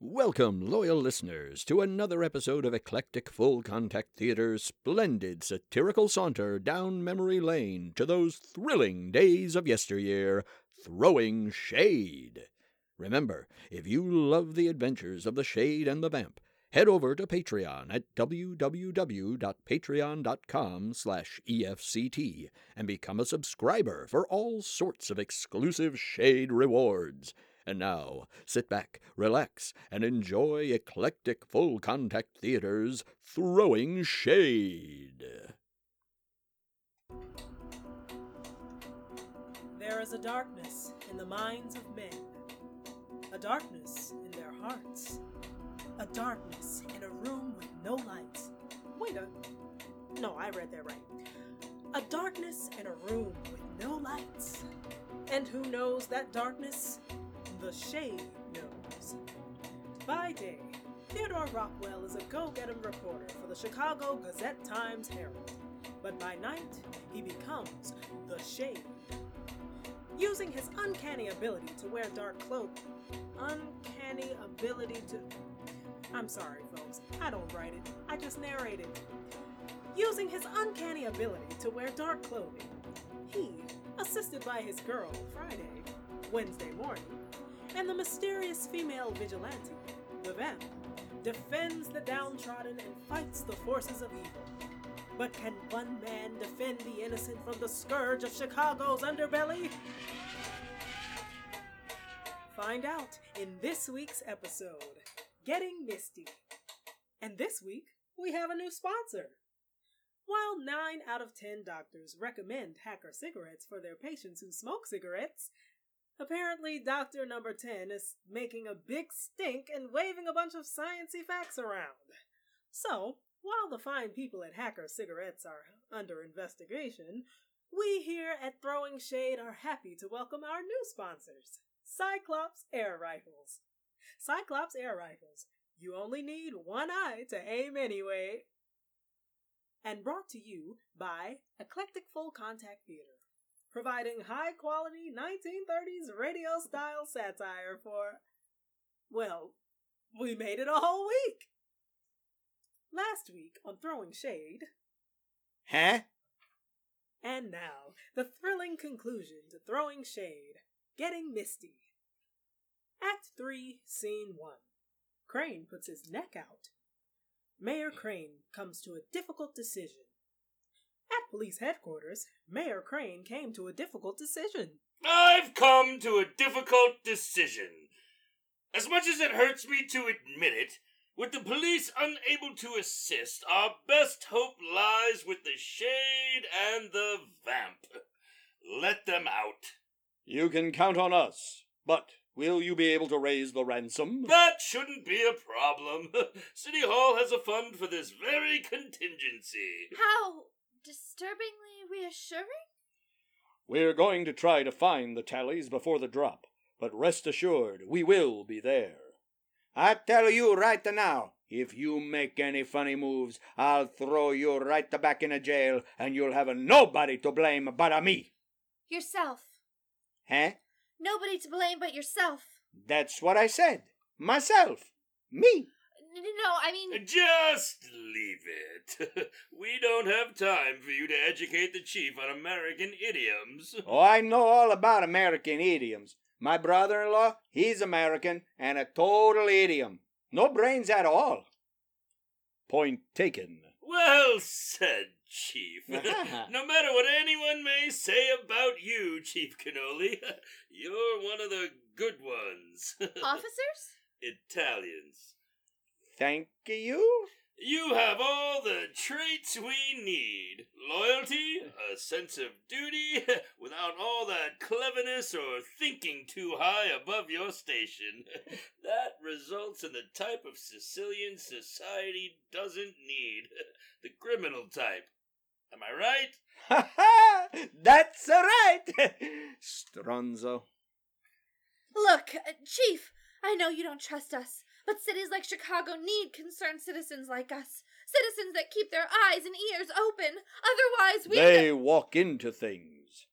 Welcome, loyal listeners, to another episode of Eclectic Full Contact Theatre's splendid satirical saunter down memory lane to those thrilling days of yesteryear, throwing shade. Remember, if you love the adventures of the shade and the vamp, head over to Patreon at www.patreon.com slash E EFCT and become a subscriber for all sorts of exclusive shade rewards. And now, sit back, relax, and enjoy eclectic full contact theaters throwing shade. There is a darkness in the minds of men, a darkness in their hearts, a darkness in a room with no lights. Wait a. No, I read that right. A darkness in a room with no lights. And who knows that darkness? The shade knows. By day, Theodore Rockwell is a go get 'em reporter for the Chicago Gazette Times Herald. But by night, he becomes the shade using his uncanny ability to wear dark cloak. Uncanny ability to. I'm sorry, folks. I don't write it. I just narrate it. Using his uncanny ability to wear dark clothing, he, assisted by his girl Friday, Wednesday morning, and the mysterious female vigilante, the Vamp, defends the downtrodden and fights the forces of evil. But can one man defend the innocent from the scourge of Chicago's underbelly? Find out in this week's episode Getting Misty. And this week, we have a new sponsor. While 9 out of 10 doctors recommend hacker cigarettes for their patients who smoke cigarettes, apparently Doctor Number 10 is making a big stink and waving a bunch of sciency facts around. So, while the fine people at Hacker Cigarettes are under investigation, we here at Throwing Shade are happy to welcome our new sponsors Cyclops Air Rifles. Cyclops Air Rifles. You only need one eye to aim anyway. And brought to you by Eclectic Full Contact Theater, providing high quality 1930s radio style satire for. Well, we made it a whole week! Last week on Throwing Shade, Huh? and now the thrilling conclusion to Throwing Shade Getting Misty. Act 3, Scene 1. Crane puts his neck out. Mayor Crane comes to a difficult decision. At police headquarters, Mayor Crane came to a difficult decision. I've come to a difficult decision. As much as it hurts me to admit it, with the police unable to assist, our best hope lies with the shade and the vamp. Let them out. You can count on us, but will you be able to raise the ransom? That shouldn't be a problem. City Hall has a fund for this very contingency. How disturbingly reassuring? We're going to try to find the tallies before the drop, but rest assured we will be there. I tell you right now, if you make any funny moves, I'll throw you right back in a jail, and you'll have nobody to blame but me. Yourself. Huh? Nobody to blame but yourself. That's what I said. Myself. Me. N- n- No, I mean, Just leave it. we don't have time for you to educate the chief on American idioms. Oh, I know all about American idioms. My brother-in-law, he's American and a total idiom. No brains at all. Point taken. Well said, Chief. no matter what anyone may say about you, Chief Cannoli, you're one of the good ones. officers? Italians. Thank you. You have all the traits we need loyalty, a sense of duty, without all that cleverness or thinking too high above your station. That results in the type of Sicilian society doesn't need the criminal type. Am I right? Ha ha! That's right! Stronzo. Look, uh, Chief, I know you don't trust us, but cities like Chicago need concerned citizens like us. Citizens that keep their eyes and ears open. Otherwise, we. They walk into things.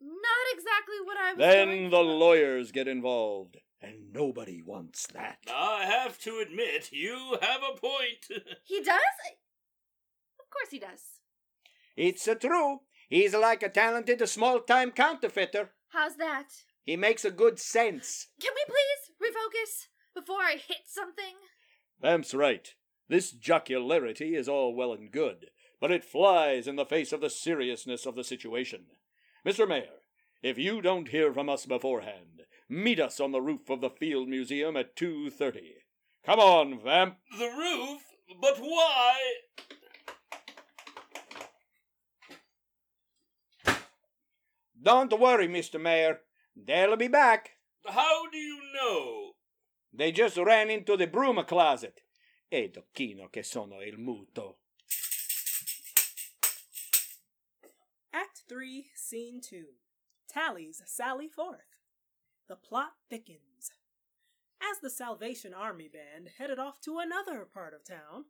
Not exactly what I was. Then going the for. lawyers get involved, and nobody wants that. I have to admit, you have a point. He does? Of course he does. It's a true. He's like a talented small time counterfeiter. How's that? He makes a good sense. Can we please refocus before I hit something? That's right. This jocularity is all well and good, but it flies in the face of the seriousness of the situation. Mr. Mayor, if you don't hear from us beforehand, meet us on the roof of the Field Museum at 2:30. Come on, vamp. the roof? But why? Don't worry, Mr. Mayor. They'll be back. How do you know? They just ran into the broom closet. E docchino che sono il muto. Act 3, Scene 2. Tallies sally forth. The plot thickens. As the Salvation Army Band headed off to another part of town,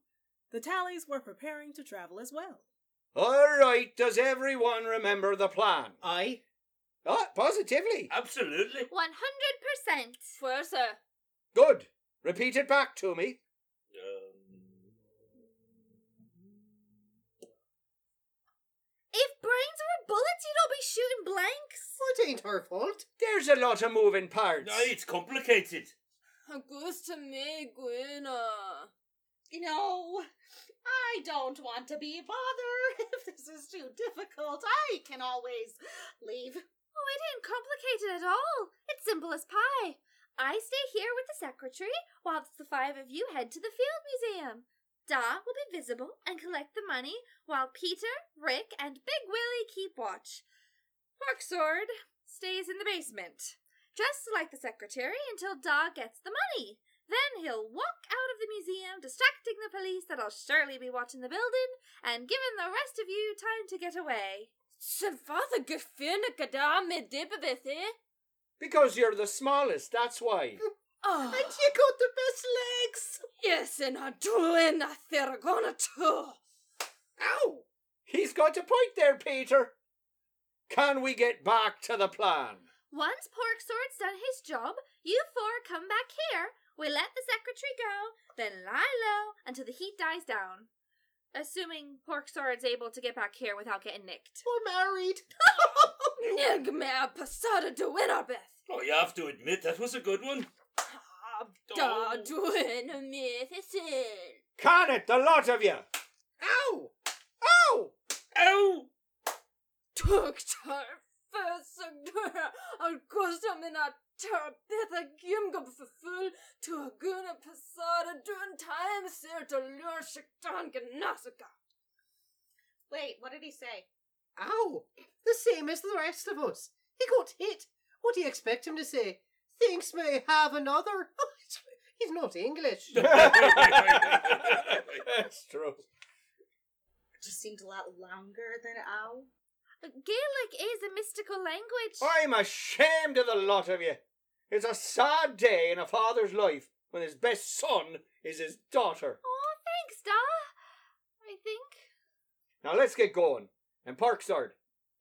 the tallies were preparing to travel as well. All right, does everyone remember the plan? I Oh, positively. Absolutely. 100%. For sir. Good. Repeat it back to me. If brains were bullets, you'd all be shooting blanks. Well, it ain't her fault. There's a lot of moving parts. No, Ah, it's complicated. Augusta May Gwinna. No, I don't want to be bothered. If this is too difficult, I can always leave. Oh, it ain't complicated at all. It's simple as pie. I stay here with the secretary, whilst the five of you head to the field museum. Da will be visible and collect the money, while Peter, Rick, and Big Willie keep watch. Porksword stays in the basement, just like the secretary, until Da gets the money. Then he'll walk out of the museum, distracting the police that'll surely be watching the building, and giving the rest of you time to get away. Savatha Gefinna Gadame Dibavithe. Because you're the smallest, that's why. Ah. Oh, And you got the best legs. yes, and I do in a Theragona too. Ow! He's got a point there, Peter. Can we get back to the plan? Once Porksword's done his job, you four come back here. We let the secretary go, then lie low until the heat dies down. Assuming Porksword's able to get back here without getting nicked. We're married. Nigma Pasada Duinarbeth. Oh, you have to admit, that was a good one. Da Duinna Mythicin. Can it, the lot of you? Ow! Ow! Ow! Took her first Augusta Mina Tarabitha Gimgum Faful to Aguna Pasada Dun Time Sir to Lurshik Don Ganasaka. Wait, what did he say? Ow! The same as the rest of us. He got hit. What do you expect him to say? Thinks may have another. Oh, He's not English. That's true. It just seemed a lot longer than ow. Uh, Gaelic is a mystical language. I'm ashamed of the lot of you. It's a sad day in a father's life when his best son is his daughter. Aw, Oh, thanks, Da. I think. Now let's get going. And Parksard,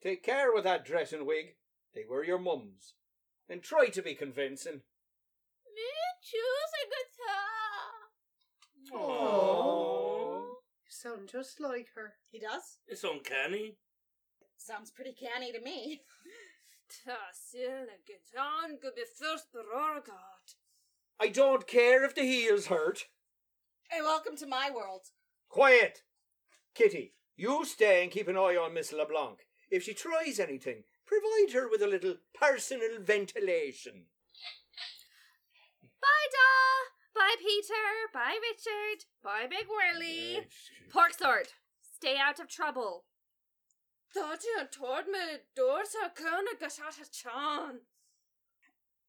take care with that dress and wig. They were your mum's. And try to be convincing. Me choose a guitar. Aww. You sound just like her. He does? It's uncanny. Sounds pretty canny to me. Tassin a guitar could be first Beauregard. I don't care if the heels hurt. Hey, welcome to my world. Quiet! Kitty, you stay and keep an eye on Miss LeBlanc. If she tries anything, provide her with a little personal ventilation. Bye, Da. Bye, Peter. Bye, Richard. Bye, Big Whirly. Porksword, stay out of trouble. Thought you told me doors are gonna get out of town.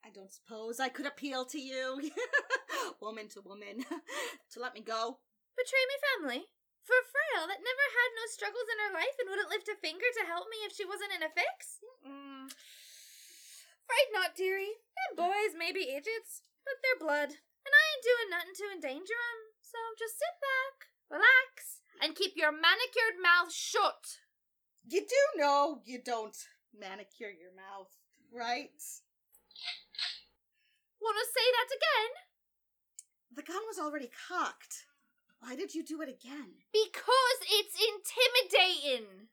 I don't suppose I could appeal to you, woman to woman, to let me go. Betray me family? For Frail, that never had no struggles in her life and wouldn't lift a finger to help me if she wasn't in a fix? Mm-mm. Afraid not, dearie. Them boys may be idiots, but they're blood. And I ain't doing nothing to endanger 'em. So just sit back, relax, and keep your manicured mouth shut. You do know you don't manicure your mouth, right? Want to say that again? The gun was already cocked. Why did you do it again? Because it's intimidating.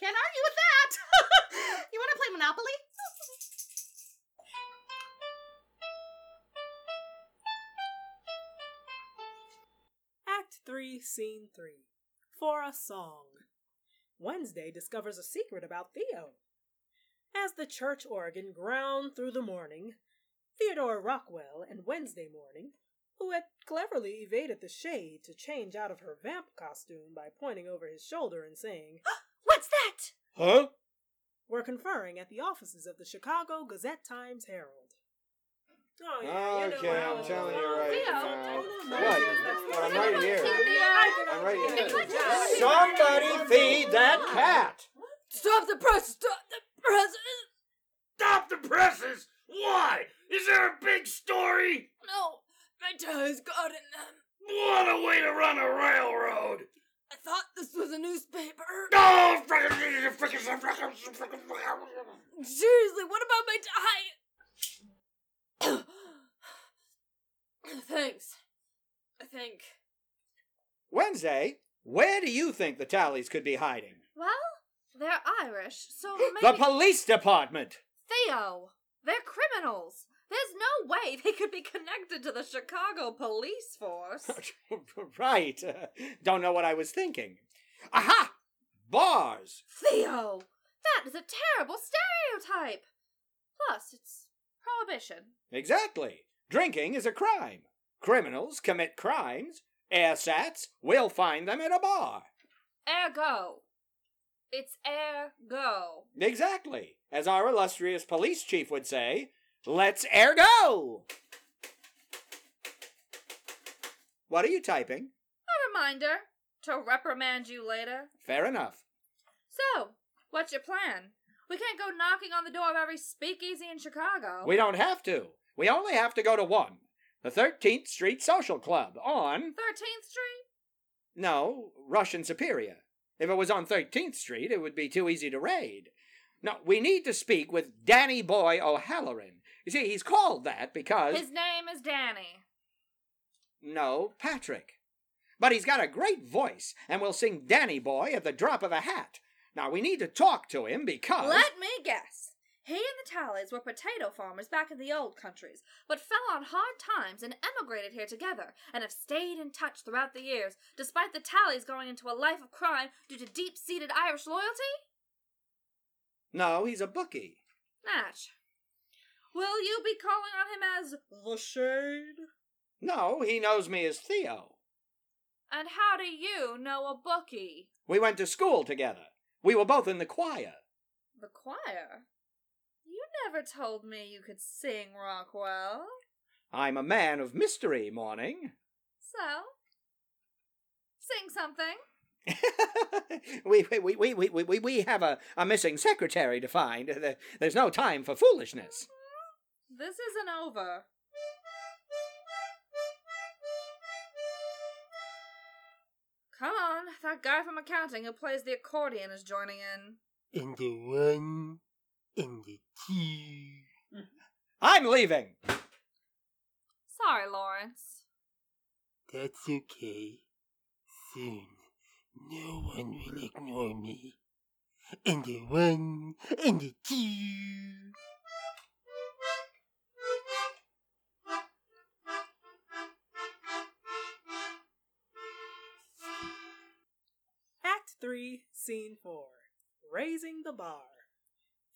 Can't argue with that. you want to play Monopoly? Act 3, Scene 3. For a Song. Wednesday discovers a secret about Theo. As the church organ ground through the morning, Theodore Rockwell and Wednesday morning, who had cleverly evaded the shade to change out of her vamp costume by pointing over his shoulder and saying, What's that? Huh? were conferring at the offices of the Chicago Gazette Times Herald. Oh, Okay, I'm telling you right Theo, now. Theo. What? I'm right here. I'm right here. Some- Somebody feed that cat. Stop the press! Stop the press! Stop the presses! Why? Is there a big story? No, Vento has gotten them. What a way to run a railroad! I thought this was a newspaper. No! frickin'- Seriously, what about my tie? Thanks. I think. Wednesday, where do you think the tallies could be hiding? Well, they're Irish, so The maybe police department. Theo. They're criminals. There's no way they could be connected to the Chicago police force. right. Don't know what I was thinking. Aha! Bars. Theo, that is a terrible stereotype. Plus, it's prohibition. Exactly. Drinking is a crime. Criminals commit crimes. Airsats will find them at a bar. Ergo. It's ergo. Exactly. As our illustrious police chief would say, let's air go! What are you typing? A reminder to reprimand you later. Fair enough. So, what's your plan? We can't go knocking on the door of every speakeasy in Chicago. We don't have to. We only have to go to one the 13th Street Social Club on. 13th Street? No, Russian Superior. If it was on 13th Street, it would be too easy to raid. No, we need to speak with Danny Boy O'Halloran. You see, he's called that because. His name is Danny. No, Patrick. But he's got a great voice and will sing Danny Boy at the drop of a hat. Now, we need to talk to him because. Let me guess. He and the Tallies were potato farmers back in the old countries, but fell on hard times and emigrated here together, and have stayed in touch throughout the years, despite the Tallies going into a life of crime due to deep seated Irish loyalty? No, he's a bookie. Natch. Will you be calling on him as The Shade? No, he knows me as Theo. And how do you know a bookie? We went to school together. We were both in the choir. The choir? You never told me you could sing, Rockwell. I'm a man of mystery, Morning. So, sing something. we, we, we, we, we, we, we have a, a missing secretary to find. There- There's no time for foolishness. This isn't over. Come on, that guy from accounting who plays the accordion is joining in. And the one, and the two. I'm leaving. Sorry, Lawrence. That's okay. Soon, no one will ignore me. And the one, and the two. Act 3, Scene 4 Raising the Bar.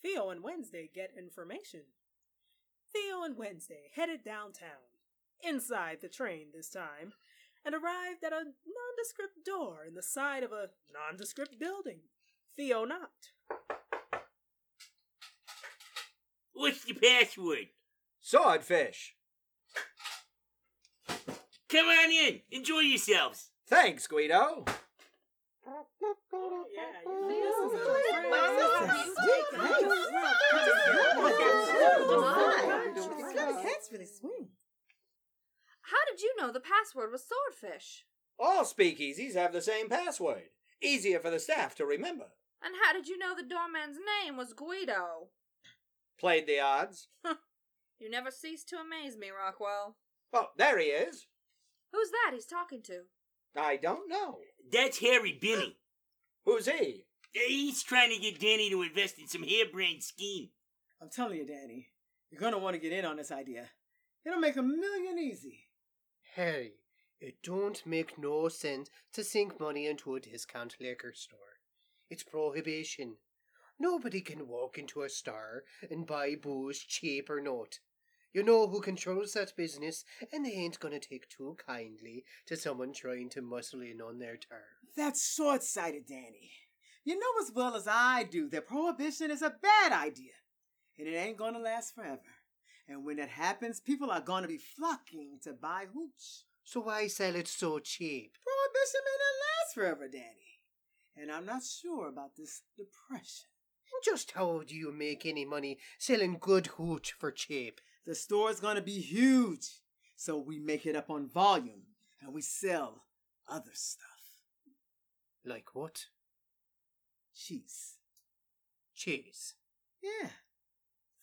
Theo and Wednesday get information. Theo and Wednesday headed downtown, inside the train this time, and arrived at a nondescript door in the side of a nondescript building. Theo knocked. What's the password? Swordfish. Come on in. Enjoy yourselves. Thanks, Guido. That's really sweet. How did you know the password was swordfish? All speakeasies have the same password. Easier for the staff to remember. And how did you know the doorman's name was Guido? Played the odds. You never cease to amaze me, Rockwell. Oh, there he is. Who's that he's talking to? I don't know. That's Harry Benny. Who's he? He's trying to get Danny to invest in some harebrained scheme. I'm telling you, Danny, you're gonna want to get in on this idea. It'll make a million easy. Harry, it don't make no sense to sink money into a discount liquor store. It's prohibition. Nobody can walk into a store and buy booze cheap or not. You know who controls that business, and they ain't gonna take too kindly to someone trying to muscle in on their turf. That's short sighted, Danny. You know as well as I do that prohibition is a bad idea, and it ain't gonna last forever. And when that happens, people are gonna be flocking to buy hooch. So why sell it so cheap? Prohibition may not last forever, Danny. And I'm not sure about this depression. And just how do you make any money selling good hooch for cheap? The store's gonna be huge, so we make it up on volume and we sell other stuff. Like what? Cheese. Cheese? Yeah.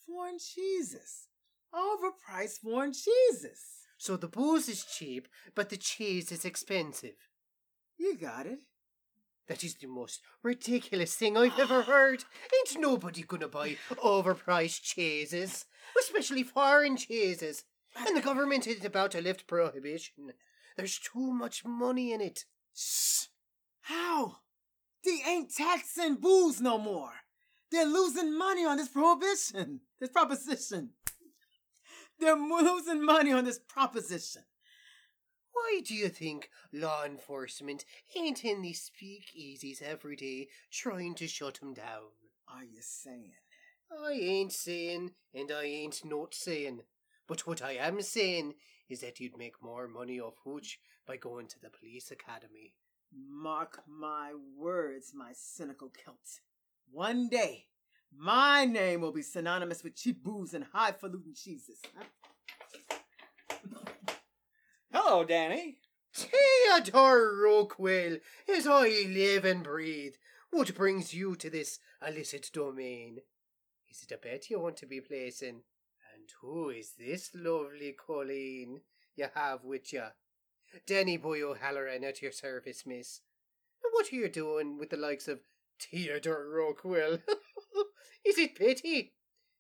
Foreign cheeses. Overpriced foreign cheeses. So the booze is cheap, but the cheese is expensive. You got it. That is the most ridiculous thing I've ever heard. Ain't nobody gonna buy overpriced cheeses, especially foreign cheeses. And the government is about to lift prohibition. There's too much money in it. Shh! How? They ain't taxing booze no more. They're losing money on this prohibition, this proposition. They're losing money on this proposition. Why do you think law enforcement ain't in these speakeasies every day trying to shut 'em down? Are you saying? I ain't saying, and I ain't not saying. But what I am saying is that you'd make more money off hooch by going to the police academy. Mark my words, my cynical Celt. One day, my name will be synonymous with cheap booze and highfalutin cheeses. Hello, Danny. Theodore Rockwell, as I live and breathe, what brings you to this illicit domain? Is it a bet you want to be placing? And who is this lovely Colleen you have with you? Danny Boy O'Halloran at your service, miss. And what are you doing with the likes of Theodore Rockwell? is it pity?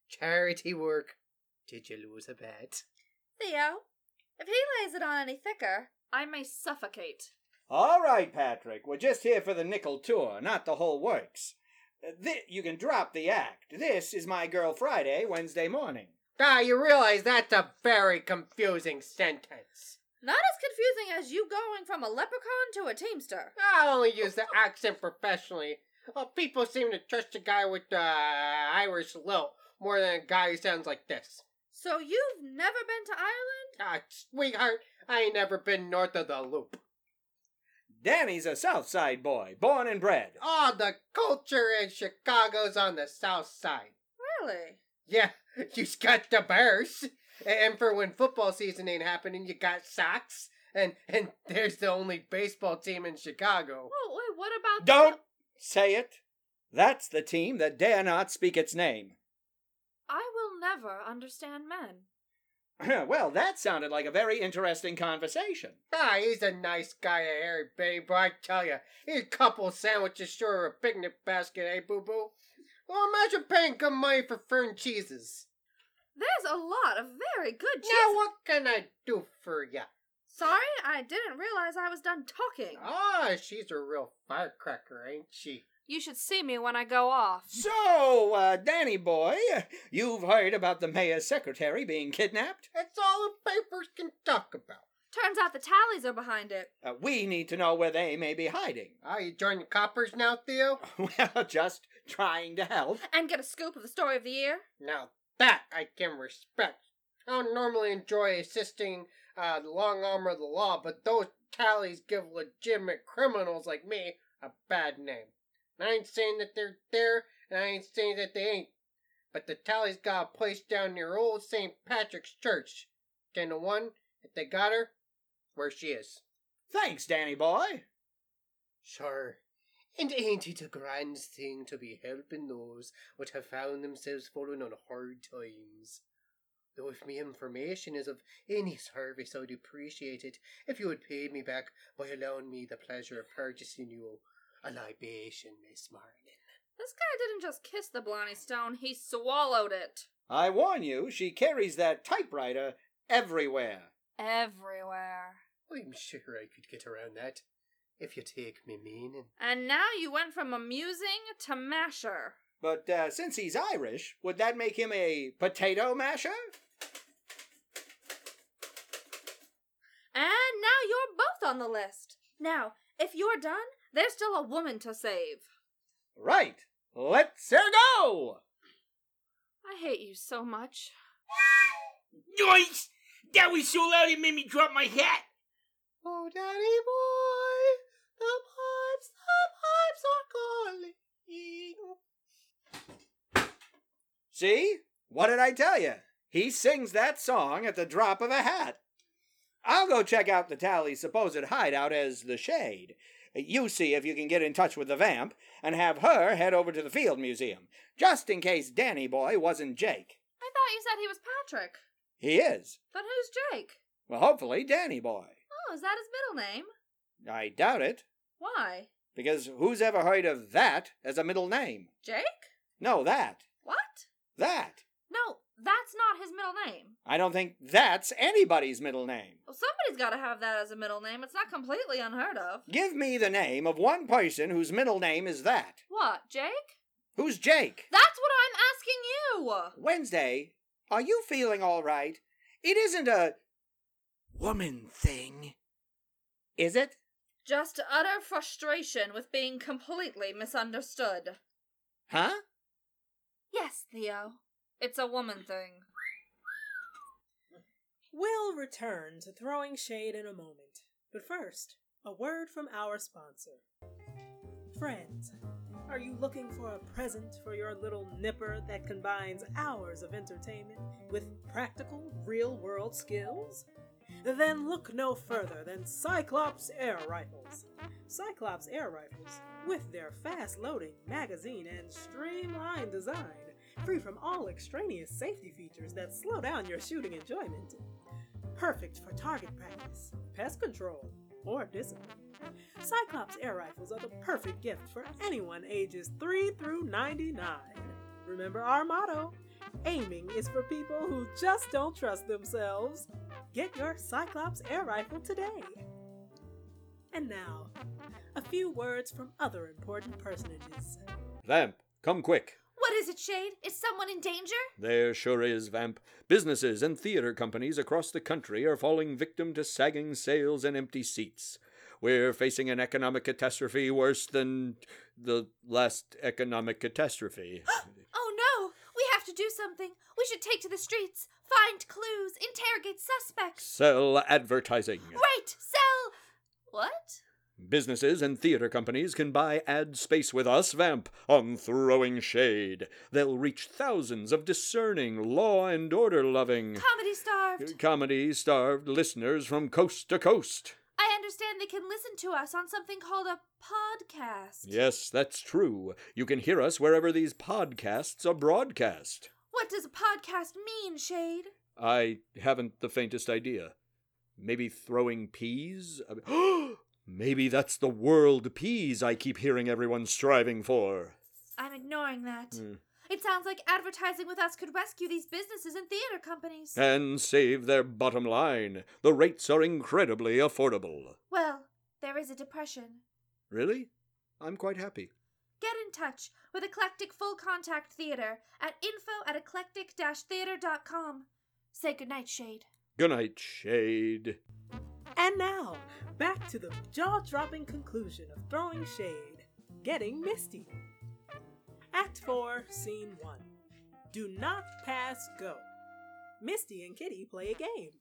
Charity work. Did you lose a bet? Theo, if he lays it on any thicker, I may suffocate. All right, Patrick. We're just here for the nickel tour, not the whole works. Uh, thi- you can drop the act. This is my girl Friday, Wednesday morning. Ah, you realize that's a very confusing sentence. Not as confusing as you going from a leprechaun to a teamster. I only use the accent professionally. Well, people seem to trust a guy with uh, Irish lilt more than a guy who sounds like this. So you've never been to Ireland? Ah, sweetheart, I ain't never been north of the loop. Danny's a South Side boy, born and bred. Ah, the culture in Chicago's on the south side. Really? Yeah, you got the Bears. And for when football season ain't happening, you got socks. And and there's the only baseball team in Chicago. Well, wait, what about Don't The... say it. That's the team that dare not speak its name. I will never understand men. well, that sounded like a very interesting conversation. Ah, he's a nice guy, Harry Babe, I tell ya. He's a couple sandwiches short of a picnic basket, eh, boo boo? Well, imagine paying good money for fern cheeses. There's a lot of very good cheese. Now, what can I do for ya? Sorry, I didn't realize I was done talking. Ah, she's a real firecracker, ain't she? You should see me when I go off. So, uh, Danny boy, you've heard about the mayor's secretary being kidnapped? That's all the papers can talk about. Turns out the tallies are behind it. Uh, we need to know where they may be hiding. Ah, you join the coppers now, Theo? well, just trying to help. And get a scoop of the story of the year. Now that I can respect. I don't normally enjoy assisting uh, the long arm of the law, but those tallies give legitimate criminals like me a bad name. And I ain't saying that they're there, and I ain't saying that they ain't. But the tallies got a place down near old St. Patrick's Church. Ten to one, if they got her, where she is. Thanks, Danny boy. Sure. And ain't it a grand thing to be helping those what have found themselves fallen on hard times? Though if me information is of any service, I'd appreciate it if you would pay me back by allowing me the pleasure of purchasing you a libation, Miss Marlin. This guy didn't just kiss the Blarney Stone, he swallowed it. I warn you, she carries that typewriter everywhere. Everywhere. I'm sure I could get around that if you take me meaning. And now you went from amusing to masher. But uh, since he's Irish, would that make him a potato masher? And now you're both on the list. Now, if you're done, there's still a woman to save. Right. Let's her go. I hate you so much. Yoinks! That was so loud it made me drop my hat. Oh, Daddy boy, the pipes, the pipes are calling. See? What did I tell you? He sings that song at the drop of a hat. I'll go check out the tally's supposed hideout as the Shade. You see if you can get in touch with the vamp and have her head over to the Field Museum, just in case Danny Boy wasn't Jake. I thought you said he was Patrick. He is. Then who's Jake? Well, hopefully, Danny Boy. Oh, is that his middle name? I doubt it, Why? because who's ever heard of that as a middle name? Jake? No, that. What? That. No, that's not his middle name. I don't think that's anybody's middle name. Well, somebody's got to have that as a middle name. It's not completely unheard of. Give me the name of one person whose middle name is that. What, Jake? Who's Jake? That's what I'm asking you! Wednesday, are you feeling all right? It isn't a woman thing, is it? Just utter frustration with being completely misunderstood. Huh? Yes, Theo. It's a woman thing. We'll return to throwing shade in a moment, but first, a word from our sponsor. Friends, are you looking for a present for your little nipper that combines hours of entertainment with practical, real world skills? Then look no further than Cyclops Air Rifles. Cyclops Air Rifles, with their fast loading magazine and streamlined design, free from all extraneous safety features that slow down your shooting enjoyment. Perfect for target practice, pest control, or discipline. Cyclops air rifles are the perfect gift for anyone ages 3 through 99. Remember our motto aiming is for people who just don't trust themselves. Get your Cyclops air rifle today. And now, a few words from other important personages. Vamp, come quick. What is it, Shade? Is someone in danger? There sure is, Vamp. Businesses and theater companies across the country are falling victim to sagging sales and empty seats. We're facing an economic catastrophe worse than the last economic catastrophe. Oh no! We have to do something. We should take to the streets, find clues, interrogate suspects. Sell advertising. Right! Sell. What? Businesses and theater companies can buy ad space with us, Vamp, on Throwing Shade. They'll reach thousands of discerning, law and order loving, Comedy starved. comedy starved listeners from coast to coast. I understand they can listen to us on something called a podcast. Yes, that's true. You can hear us wherever these podcasts are broadcast. What does a podcast mean, Shade? I haven't the faintest idea. Maybe throwing peas? I- Maybe that's the world peas I keep hearing everyone striving for. I'm ignoring that. Hmm. It sounds like advertising with us could rescue these businesses and theater companies. And save their bottom line. The rates are incredibly affordable. well, there is a depression. Really? I'm quite happy. Get in touch with Eclectic Full Contact Theater at info at eclectic theater.com. Say goodnight, Shade. Good night, Shade. And now, back to the jaw dropping conclusion of Throwing Shade Getting Misty. Act 4, Scene 1. Do not pass go. Misty and Kitty play a game.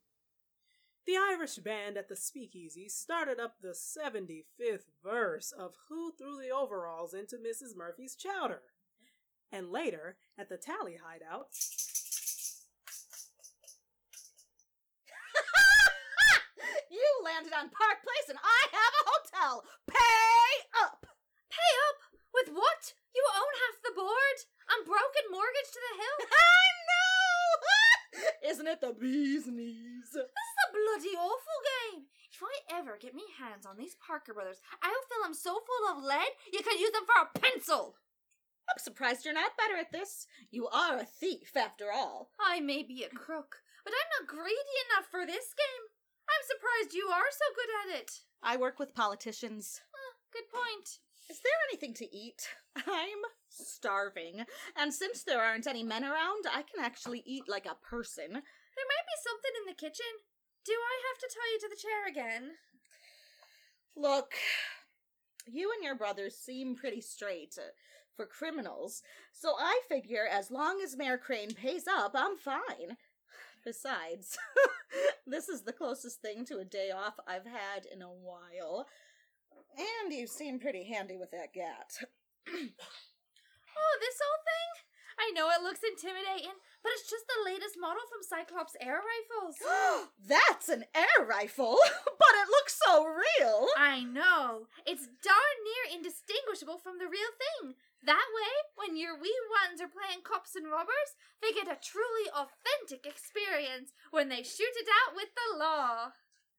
The Irish band at the speakeasy started up the 75th verse of Who Threw the Overalls into Mrs. Murphy's Chowder. And later, at the tally hideout, you landed on Park Place and I have a hotel. Pay up. Pay up! With what? You own half the board? I'm broke and mortgaged to the hill? I know. Isn't it awful game. If I ever get me hands on these Parker brothers, I will fill them so full of lead you could use them for a pencil. I'm surprised you're not better at this. You are a thief, after all. I may be a crook, but I'm not greedy enough for this game. I'm surprised you are so good at it. I work with politicians. Good point. Is there anything to eat? I'm starving. And since there aren't any men around, I can actually eat like a person. There might be something in the kitchen. Do I have to tie you to the chair again? Look, you and your brothers seem pretty straight uh, for criminals, so I figure as long as Mayor Crane pays up, I'm fine. Besides, this is the closest thing to a day off I've had in a while. And you seem pretty handy with that gat. Oh, this old thing? I know it looks intimidating, but it's just the latest model from Cyclops air rifles. That's an air rifle, but it looks so real. I know. It's darn near indistinguishable from the real thing. That way, when your wee ones are playing cops and robbers, they get a truly authentic experience when they shoot it out with the law.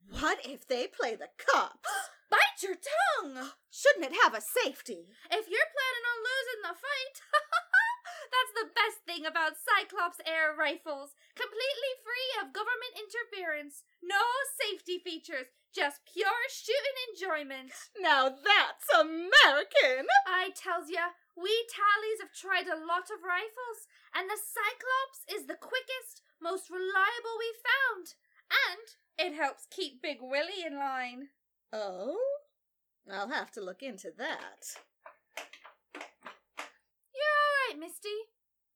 What if they play the cops? Bite your tongue! Shouldn't it have a safety? If you're planning on losing the fight, that's the best thing about Cyclops air rifles. Completely free of government interference. No safety features, just pure shooting enjoyment. Now that's American! I tells ya, we tallies have tried a lot of rifles, and the Cyclops is the quickest, most reliable we've found. And it helps keep Big Willie in line. Oh? I'll have to look into that. You're all right, Misty.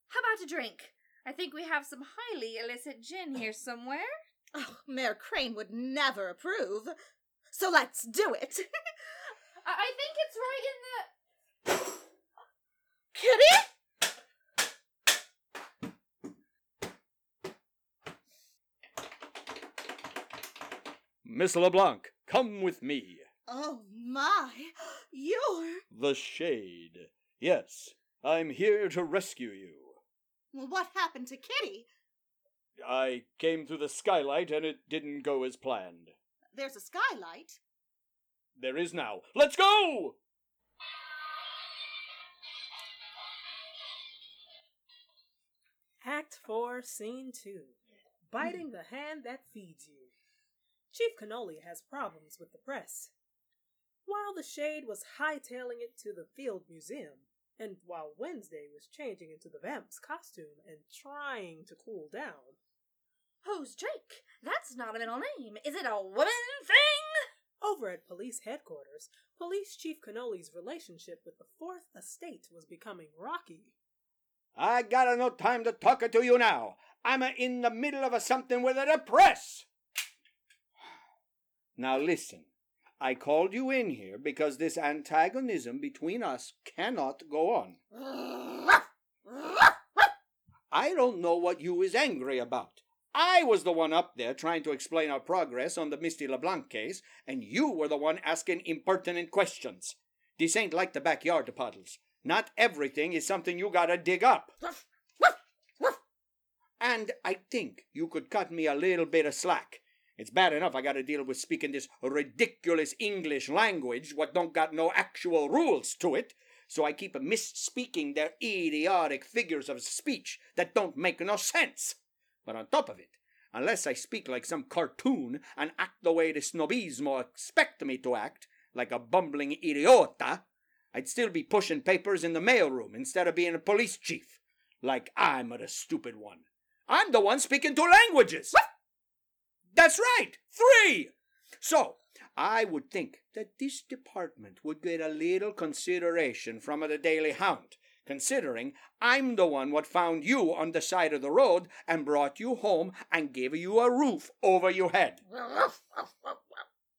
How about a drink? I think we have some highly illicit gin here somewhere. Oh, Mayor Crane would never approve. So let's do it. I, I think it's right in the. Kitty? Miss LeBlanc, come with me. Oh my, you're. The Shade. Yes, I'm here to rescue you. Well, what happened to Kitty? I came through the skylight and it didn't go as planned. There's a skylight. There is now. Let's go! Act 4, Scene 2 Biting the Hand That Feeds You. Chief Cannoli has problems with the press. While the shade was hightailing it to the Field Museum, and while Wednesday was changing into the vamp's costume and trying to cool down, Who's Drake? That's not a middle name. Is it a woman thing? over at police headquarters, Police Chief Cannoli's relationship with the Fourth Estate was becoming rocky. I got no time to talk to you now. I'm uh, in the middle of a something with the press. Now listen, I called you in here because this antagonism between us cannot go on. I don't know what you is angry about. I was the one up there trying to explain our progress on the Misty LeBlanc case, and you were the one asking impertinent questions. This ain't like the backyard puddles. Not everything is something you gotta dig up. And I think you could cut me a little bit of slack. It's bad enough I gotta deal with speaking this ridiculous English language what don't got no actual rules to it, so I keep misspeaking their idiotic figures of speech that don't make no sense. But on top of it, unless I speak like some cartoon and act the way the snobismo expect me to act, like a bumbling idiota, I'd still be pushing papers in the mailroom instead of being a police chief. Like I'm the stupid one. I'm the one speaking two languages. That's right, three. So I would think that this department would get a little consideration from the Daily Hound, considering I'm the one what found you on the side of the road and brought you home and gave you a roof over your head.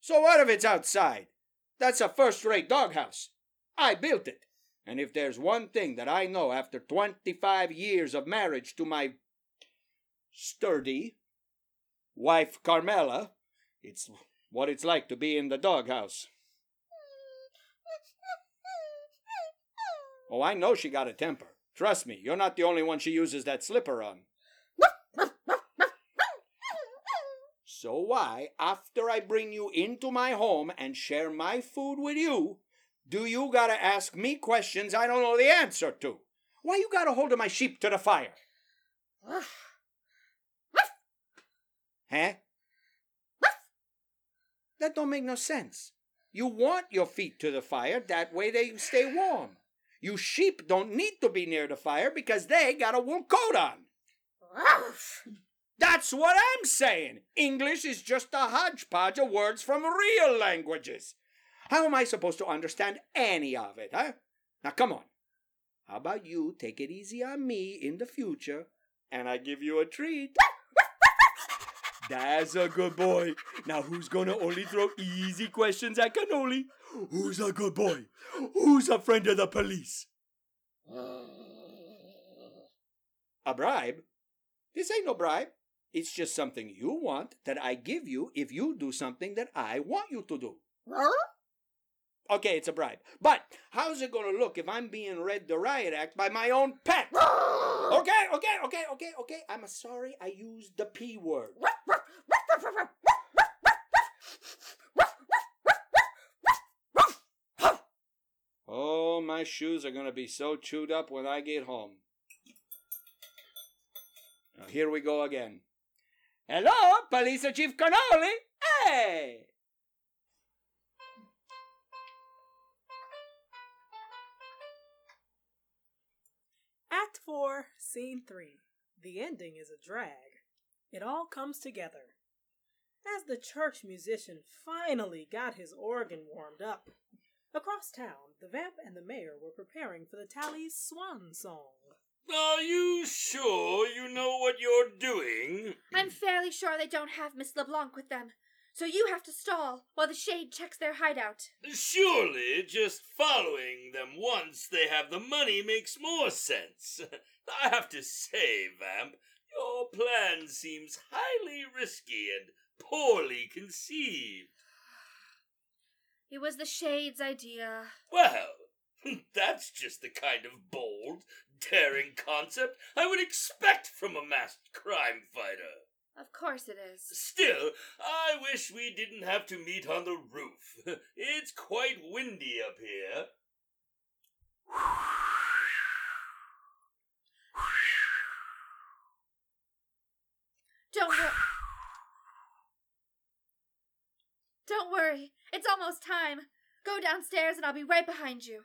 So what if it's outside? That's a first-rate doghouse. I built it. And if there's one thing that I know after 25 years of marriage to my sturdy wife Carmela, it's what it's like to be in the doghouse. Oh, I know she got a temper. Trust me, you're not the only one she uses that slipper on. So why, after I bring you into my home and share my food with you, do you gotta ask me questions I don't know the answer to? Why you gotta hold my sheep to the fire? Huh? That don't make no sense. You want your feet to the fire, that way they stay warm. You sheep don't need to be near the fire because they got a wool coat on. That's what I'm saying. English is just a hodgepodge of words from real languages. How am I supposed to understand any of it, huh? Now come on. How about you take it easy on me in the future and I give you a treat? That's a good boy. Now who's gonna only throw easy questions at Canoli? Who's a good boy? Who's a friend of the police? A bribe? This ain't no bribe. It's just something you want that I give you if you do something that I want you to do. Okay, it's a bribe. But how's it gonna look if I'm being read the riot act by my own pet? okay, okay, okay, okay, okay. I'm sorry I used the P word. Oh, my shoes are gonna be so chewed up when I get home. Oh. Now, here we go again. Hello, Police Chief Connolly! Hey! Act 4, Scene 3. The ending is a drag. It all comes together. As the church musician finally got his organ warmed up, across town, the vamp and the mayor were preparing for the tally's swan song. Are you sure you know what you're doing? I'm fairly sure they don't have Miss LeBlanc with them, so you have to stall while the shade checks their hideout. Surely just following them once they have the money makes more sense. I have to say, Vamp, your plan seems highly risky and poorly conceived. It was the shade's idea. Well, that's just the kind of bold, daring concept I would expect from a masked crime fighter. Of course it is. Still, I wish we didn't have to meet on the roof. It's quite windy up here. Don't worry. Don't worry. It's almost time. Go downstairs and I'll be right behind you.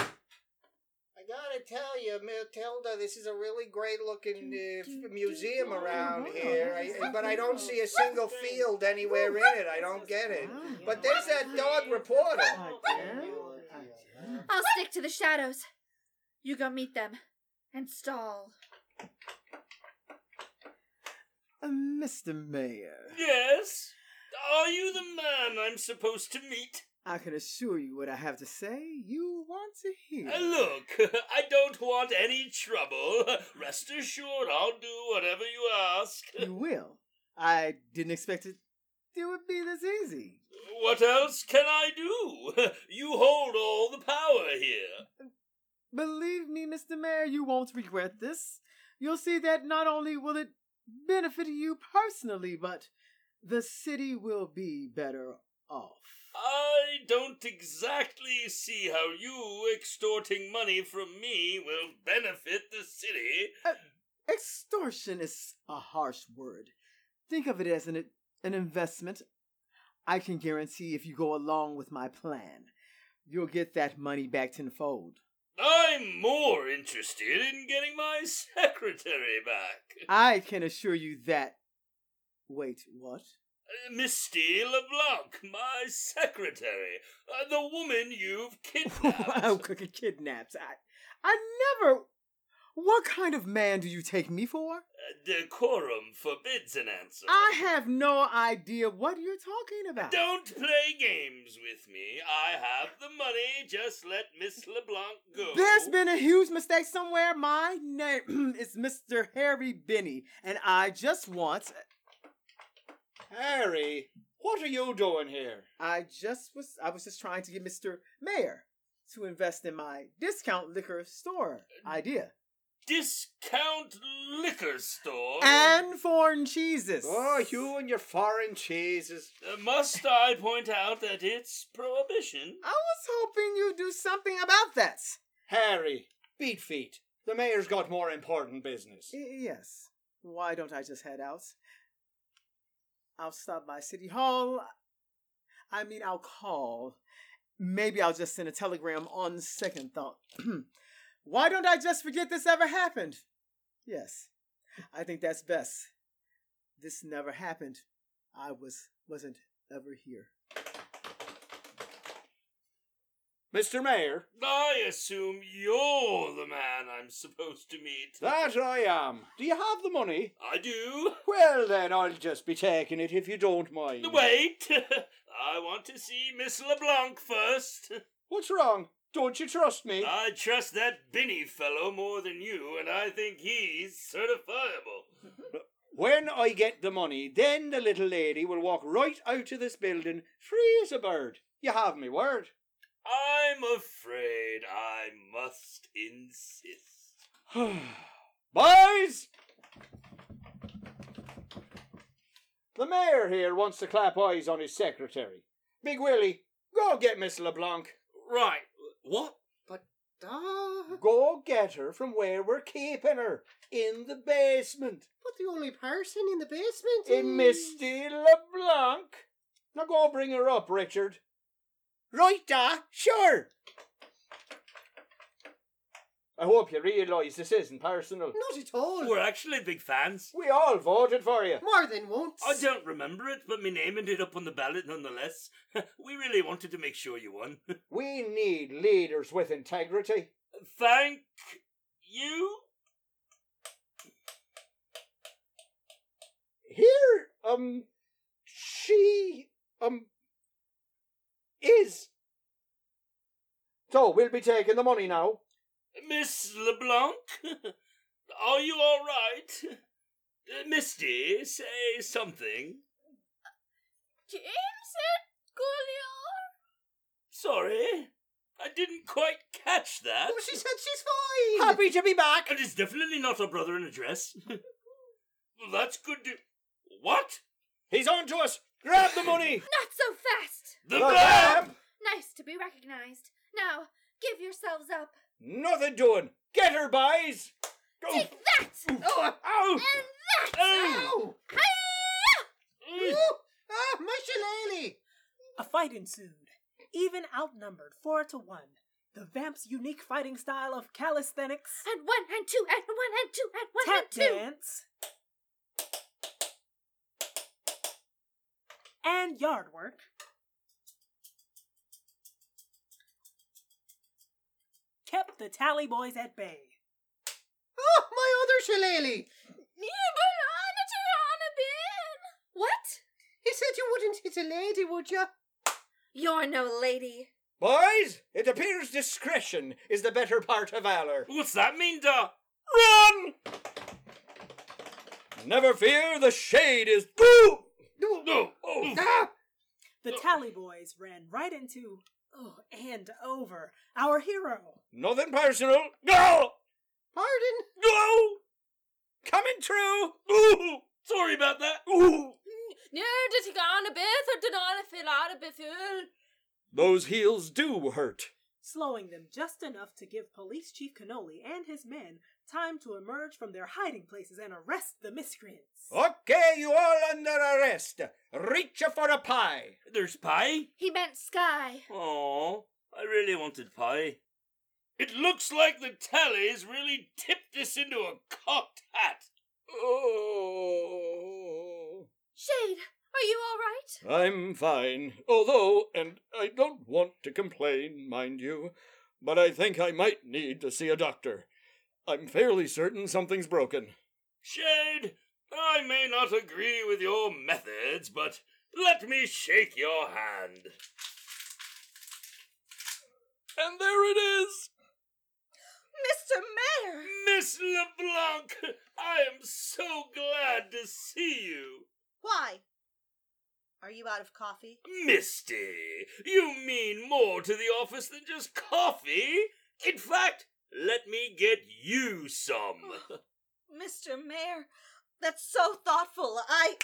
I gotta tell you, Matilda, this is a really great looking uh, f- museum around here. I, but I don't see a single field anywhere in it. I don't get it. But there's that dog reporter. I'll stick to the shadows. You go meet them and stall. Uh, Mr. Mayor, Yes? Are you the man I'm supposed to meet? I can assure you what I have to say you want to hear. Uh, Look, I don't want any trouble. Rest assured, I'll do whatever you ask. You will. I didn't expect it, it would be this easy. What else can I do? You hold all the power here. Believe me, Mr. Mayor, you won't regret this. You'll see that not only will it benefit you personally, but the city will be better off. I don't exactly see how you extorting money from me will benefit the city. Extortion is a harsh word. Think of it as an an investment. I can guarantee if you go along with my plan, you'll get that money back tenfold. I'm more interested in getting my secretary back. I can assure you that. Wait, what? Uh, Misty LeBlanc, my secretary, uh, the woman you've kidnapped. Oh, cookie kidnaps. I, I never. What kind of man do you take me for? Uh, Decorum forbids an answer. I have no idea what you're talking about. Don't play games with me. I have the money. Just let Miss LeBlanc go. There's been a huge mistake somewhere. My name is Mr. Harry Benny, and I just want. Harry, what are you doing here? I just was. I was just trying to get Mr. Mayor to invest in my discount liquor store Uh, idea. Discount liquor store? And foreign cheeses. Oh, you and your foreign cheeses. Uh, must I point out that it's prohibition? I was hoping you'd do something about that. Harry, beat feet. The mayor's got more important business. Y- yes. Why don't I just head out? I'll stop by City Hall. I mean, I'll call. Maybe I'll just send a telegram on second thought. Why don't I just forget this ever happened? Yes, I think that's best. This never happened. I was wasn't ever here. Mr. Mayor. I assume you're the man I'm supposed to meet. That I am. Do you have the money? I do. Well, then, I'll just be taking it if you don't mind. Wait! I want to see Miss LeBlanc first. What's wrong? Don't you trust me? I trust that Binny fellow more than you, and I think he's certifiable. When I get the money, then the little lady will walk right out of this building, free as a bird. You have me word. I'm afraid I must insist. Boys! The mayor here wants to clap eyes on his secretary. Big Willie, go get Miss LeBlanc. Right. What? uh-huh. But, uh... Go get her from where we're keeping her. In the basement. But the only person in the basement is... In Misty LeBlanc. Now go bring her up, Richard. Right, Da, sure. I hope you realise this isn't personal. Not at all. We're actually big fans. We all voted for you. More than once. I don't remember it, but my name ended up on the ballot nonetheless. we really wanted to make sure you won. we need leaders with integrity. Thank you. Here, um, she, um, is. So, we'll be taking the money now. Miss LeBlanc, are you all right? Uh, Misty, say something. James and Goliar? Sorry, I didn't quite catch that. Oh, she said she's fine. Happy to be back. It is definitely not her brother in a dress. well, that's good to. What? He's on to us! Grab the money! Not so fast! The, the vamp! Vamp! Nice to be recognized. Now, give yourselves up. Nothing doing. Get her, boys! Go. Take that! Oh, ow. And that! Ow! Hi-ya! Ooh, ah, my shillelagh! Mm. A fight ensued. Even outnumbered, four to one. The vamp's unique fighting style of calisthenics. And one and two and one and two and one tap and two. dance. And yard work. kept the tally boys at bay. Oh, my other shillelagh! What? He said you wouldn't hit a lady, would you? You're no lady. Boys, it appears discretion is the better part of valor. What's that mean, Da? Run! Never fear, the shade is. Boo! No, no, oh. Ah! Mm. The tally boys ran right into oh, and over our hero. Nothing personal. No! Pardon? No! Coming true! Ooh! Sorry about that. Ooh! Nu det gick an a bit och den andra föll out a bit full. Those heels do hurt. Slowing them just enough to give Police Chief Cannoli and his men time to emerge from their hiding places and arrest the miscreants. Okay, you all under arrest. Reach for a pie. There's pie? He meant sky. Oh, I really wanted pie. It looks like the tallies really tipped this into a cocked hat. Oh. Shade, are you all right? I'm fine. Although, and I don't want to complain, mind you, but I think I might need to see a doctor. I'm fairly certain something's broken. Shade, I may not agree with your methods, but let me shake your hand. And there it is! Mr. Mayor! Miss LeBlanc, I am so glad to see you. Why? Are you out of coffee? Misty, you mean more to the office than just coffee. In fact, let me get you some. Mr. Mayor, that's so thoughtful. I.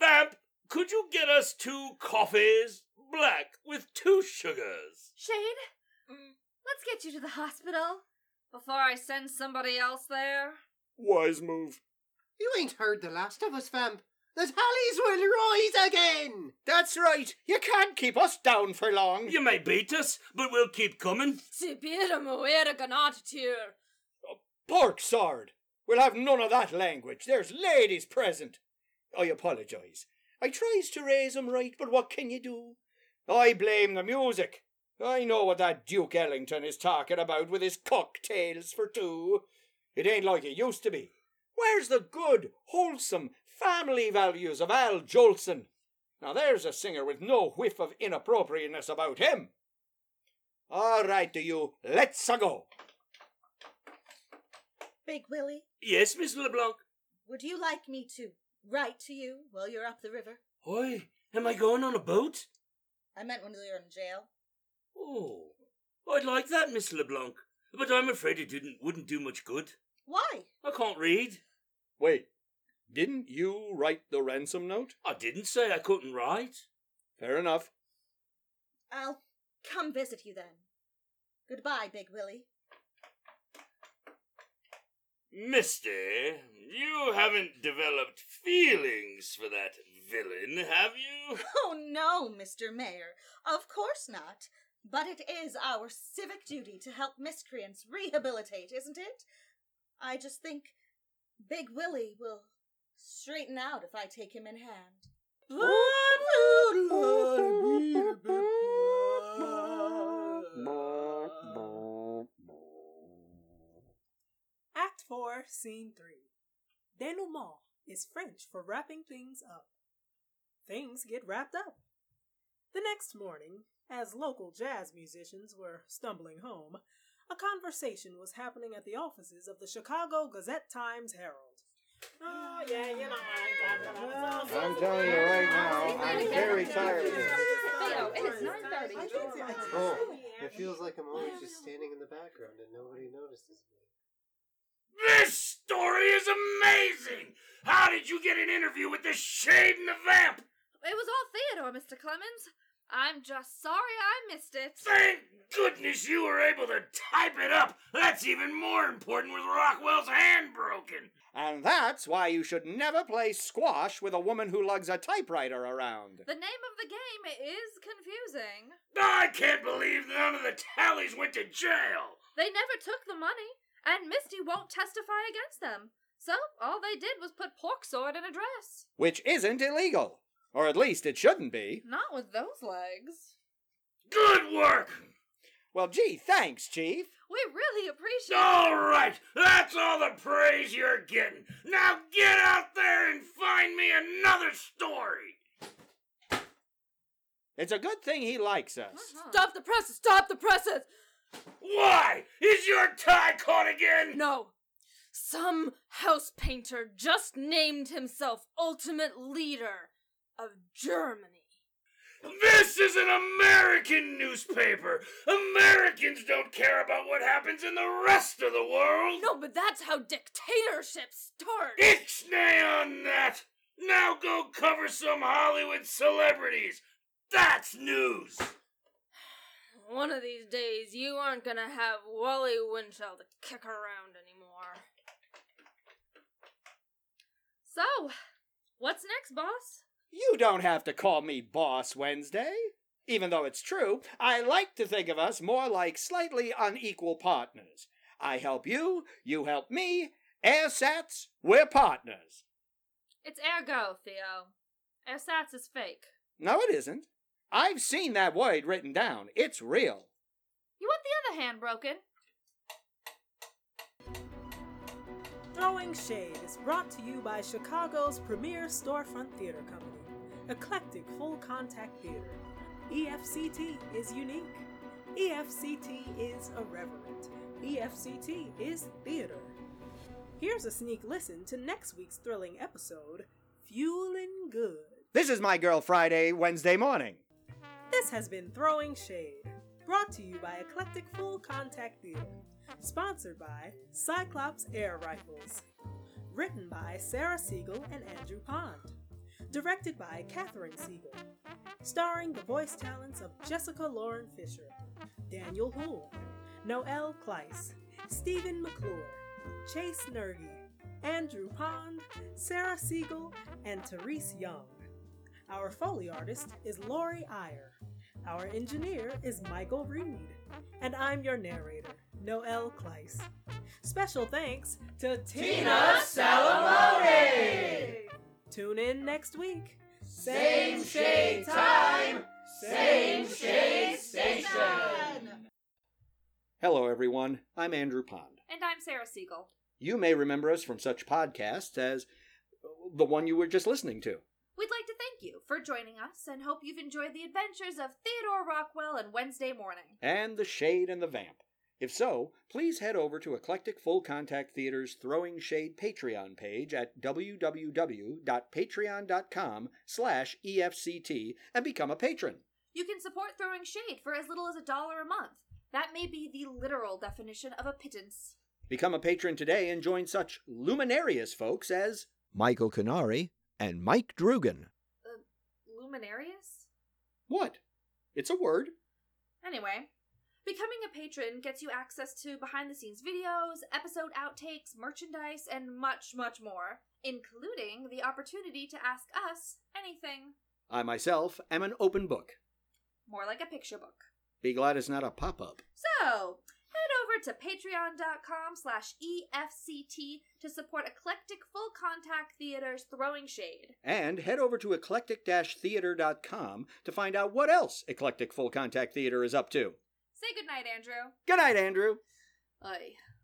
Vamp, could you get us two coffees? Black with two sugars. Shade, let's get you to the hospital Mm. before I send somebody else there. Wise move. You ain't heard the last of us, Vamp. The tallies will rise again! That's right. You can't keep us down for long. You may beat us, but we'll keep coming. Se bir moera ganatier. Pork sard! We'll have none of that language. There's ladies present. I apologize. I tries to raise 'em right, but what can you do? I blame the music. I know what that Duke Ellington is talking about with his cocktails for two. It ain't like it used to be. Where's the good, wholesome, family values of Al Jolson? Now there's a singer with no whiff of inappropriateness about him. All right, do you? Let's go. Big Willie, Yes, Miss LeBlanc. would you like me to write to you while you're up the river? Oi, am I going on a boat? I meant when you're in jail. Oh, I'd like that, Miss LeBlanc, but I'm afraid it didn't wouldn't do much good. Why? I can't read. Wait, didn't you write the ransom note? I didn't say I couldn't write. Fair enough. I'll come visit you then. Goodbye, Big Willie. Misty, you haven't developed feelings for that villain, have you? Oh no, Mr. Mayor, of course not. But it is our civic duty to help miscreants rehabilitate, isn't it? I just think Big Willie will straighten out if I take him in hand. Act 4, Scene 3. Denouement is French for wrapping things up. Things get wrapped up. The next morning, as local jazz musicians were stumbling home, a conversation was happening at the offices of the Chicago Gazette Times Herald. Oh, yeah, you know, I ain't talking about I'm telling you right now, I'm very tired of this. Theo, it is 9.30. Oh, it feels like I'm always just standing in the background and nobody notices me. This story is amazing! How did you get an interview with the Shade and the Vamp? It was all Theodore, Mr. Clemens. I'm just sorry I missed it. Thank goodness you were able to type it up! That's even more important with Rockwell's hand broken! And that's why you should never play squash with a woman who lugs a typewriter around. The name of the game is confusing. I can't believe none of the tallies went to jail! They never took the money, and Misty won't testify against them. So all they did was put pork sword in a dress. Which isn't illegal. Or at least it shouldn't be. Not with those legs. Good work! Well, gee, thanks, Chief. We really appreciate All right, that's all the praise you're getting. Now get out there and find me another story. It's a good thing he likes us. Uh-huh. Stop the presses! Stop the presses! Why? Is your tie caught again? No. Some house painter just named himself ultimate leader of Germany. This is an American newspaper. Americans don't care about what happens in the rest of the world. No, but that's how dictatorships start. Ixnay on that. Now go cover some Hollywood celebrities. That's news. One of these days, you aren't gonna have Wally Winchell to kick around anymore. So, what's next, boss? You don't have to call me Boss Wednesday. Even though it's true, I like to think of us more like slightly unequal partners. I help you, you help me. Airsats, we're partners. It's ergo, Theo. Ersatz is fake. No, it isn't. I've seen that word written down. It's real. You want the other hand broken? Throwing Shade is brought to you by Chicago's premier storefront theater company, Eclectic Full Contact Theater. E EFCT is unique. E EFCT is irreverent. E EFCT is theater. Here's a sneak listen to next week's thrilling episode, Fuelin' Good. This is My Girl Friday, Wednesday morning. This has been Throwing Shade, brought to you by Eclectic Full Contact Theater, sponsored by Cyclops Air Rifles, written by Sarah Siegel and Andrew Pond, directed by Katherine Siegel, starring the voice talents of Jessica Lauren Fisher, Daniel Hool, Noel Kleiss, Stephen McClure, Chase Nergy, Andrew Pond, Sarah Siegel, and Therese Young. Our Foley artist is Lori Iyer. Our engineer is Michael Reed. And I'm your narrator, Noel Kleiss. Special thanks to Tina Salamone! Tune in next week. Same shade time, same shade station. Hello, everyone. I'm Andrew Pond. And I'm Sarah Siegel. You may remember us from such podcasts as the one you were just listening to. We'd like to thank you for joining us and hope you've enjoyed the adventures of Theodore Rockwell and Wednesday Morning. and the shade and the vamp. If so, please head over to Eclectic Full Contact Theater's Throwing Shade Patreon page at www.patreon.com slash E EFCT and become a patron. You can support Throwing Shade for as little as a dollar a month. That may be the literal definition of a pittance. Become a patron today and join such luminarious folks as Michael Canary and Mike Drugan. Uh, luminarius? What? It's a word. Anyway, becoming a patron gets you access to behind the scenes videos, episode outtakes, merchandise, and much, much more, including the opportunity to ask us anything. I myself am an open book. More like a picture book. Be glad it's not a pop up. So, head over to patreon.com slash E EFCT to support Eclectic Full Contact Theater's Throwing Shade. And head over to eclectic theater.com to find out what else Eclectic Full Contact Theater is up to. Say goodnight, Andrew. Good night, Andrew. Oy.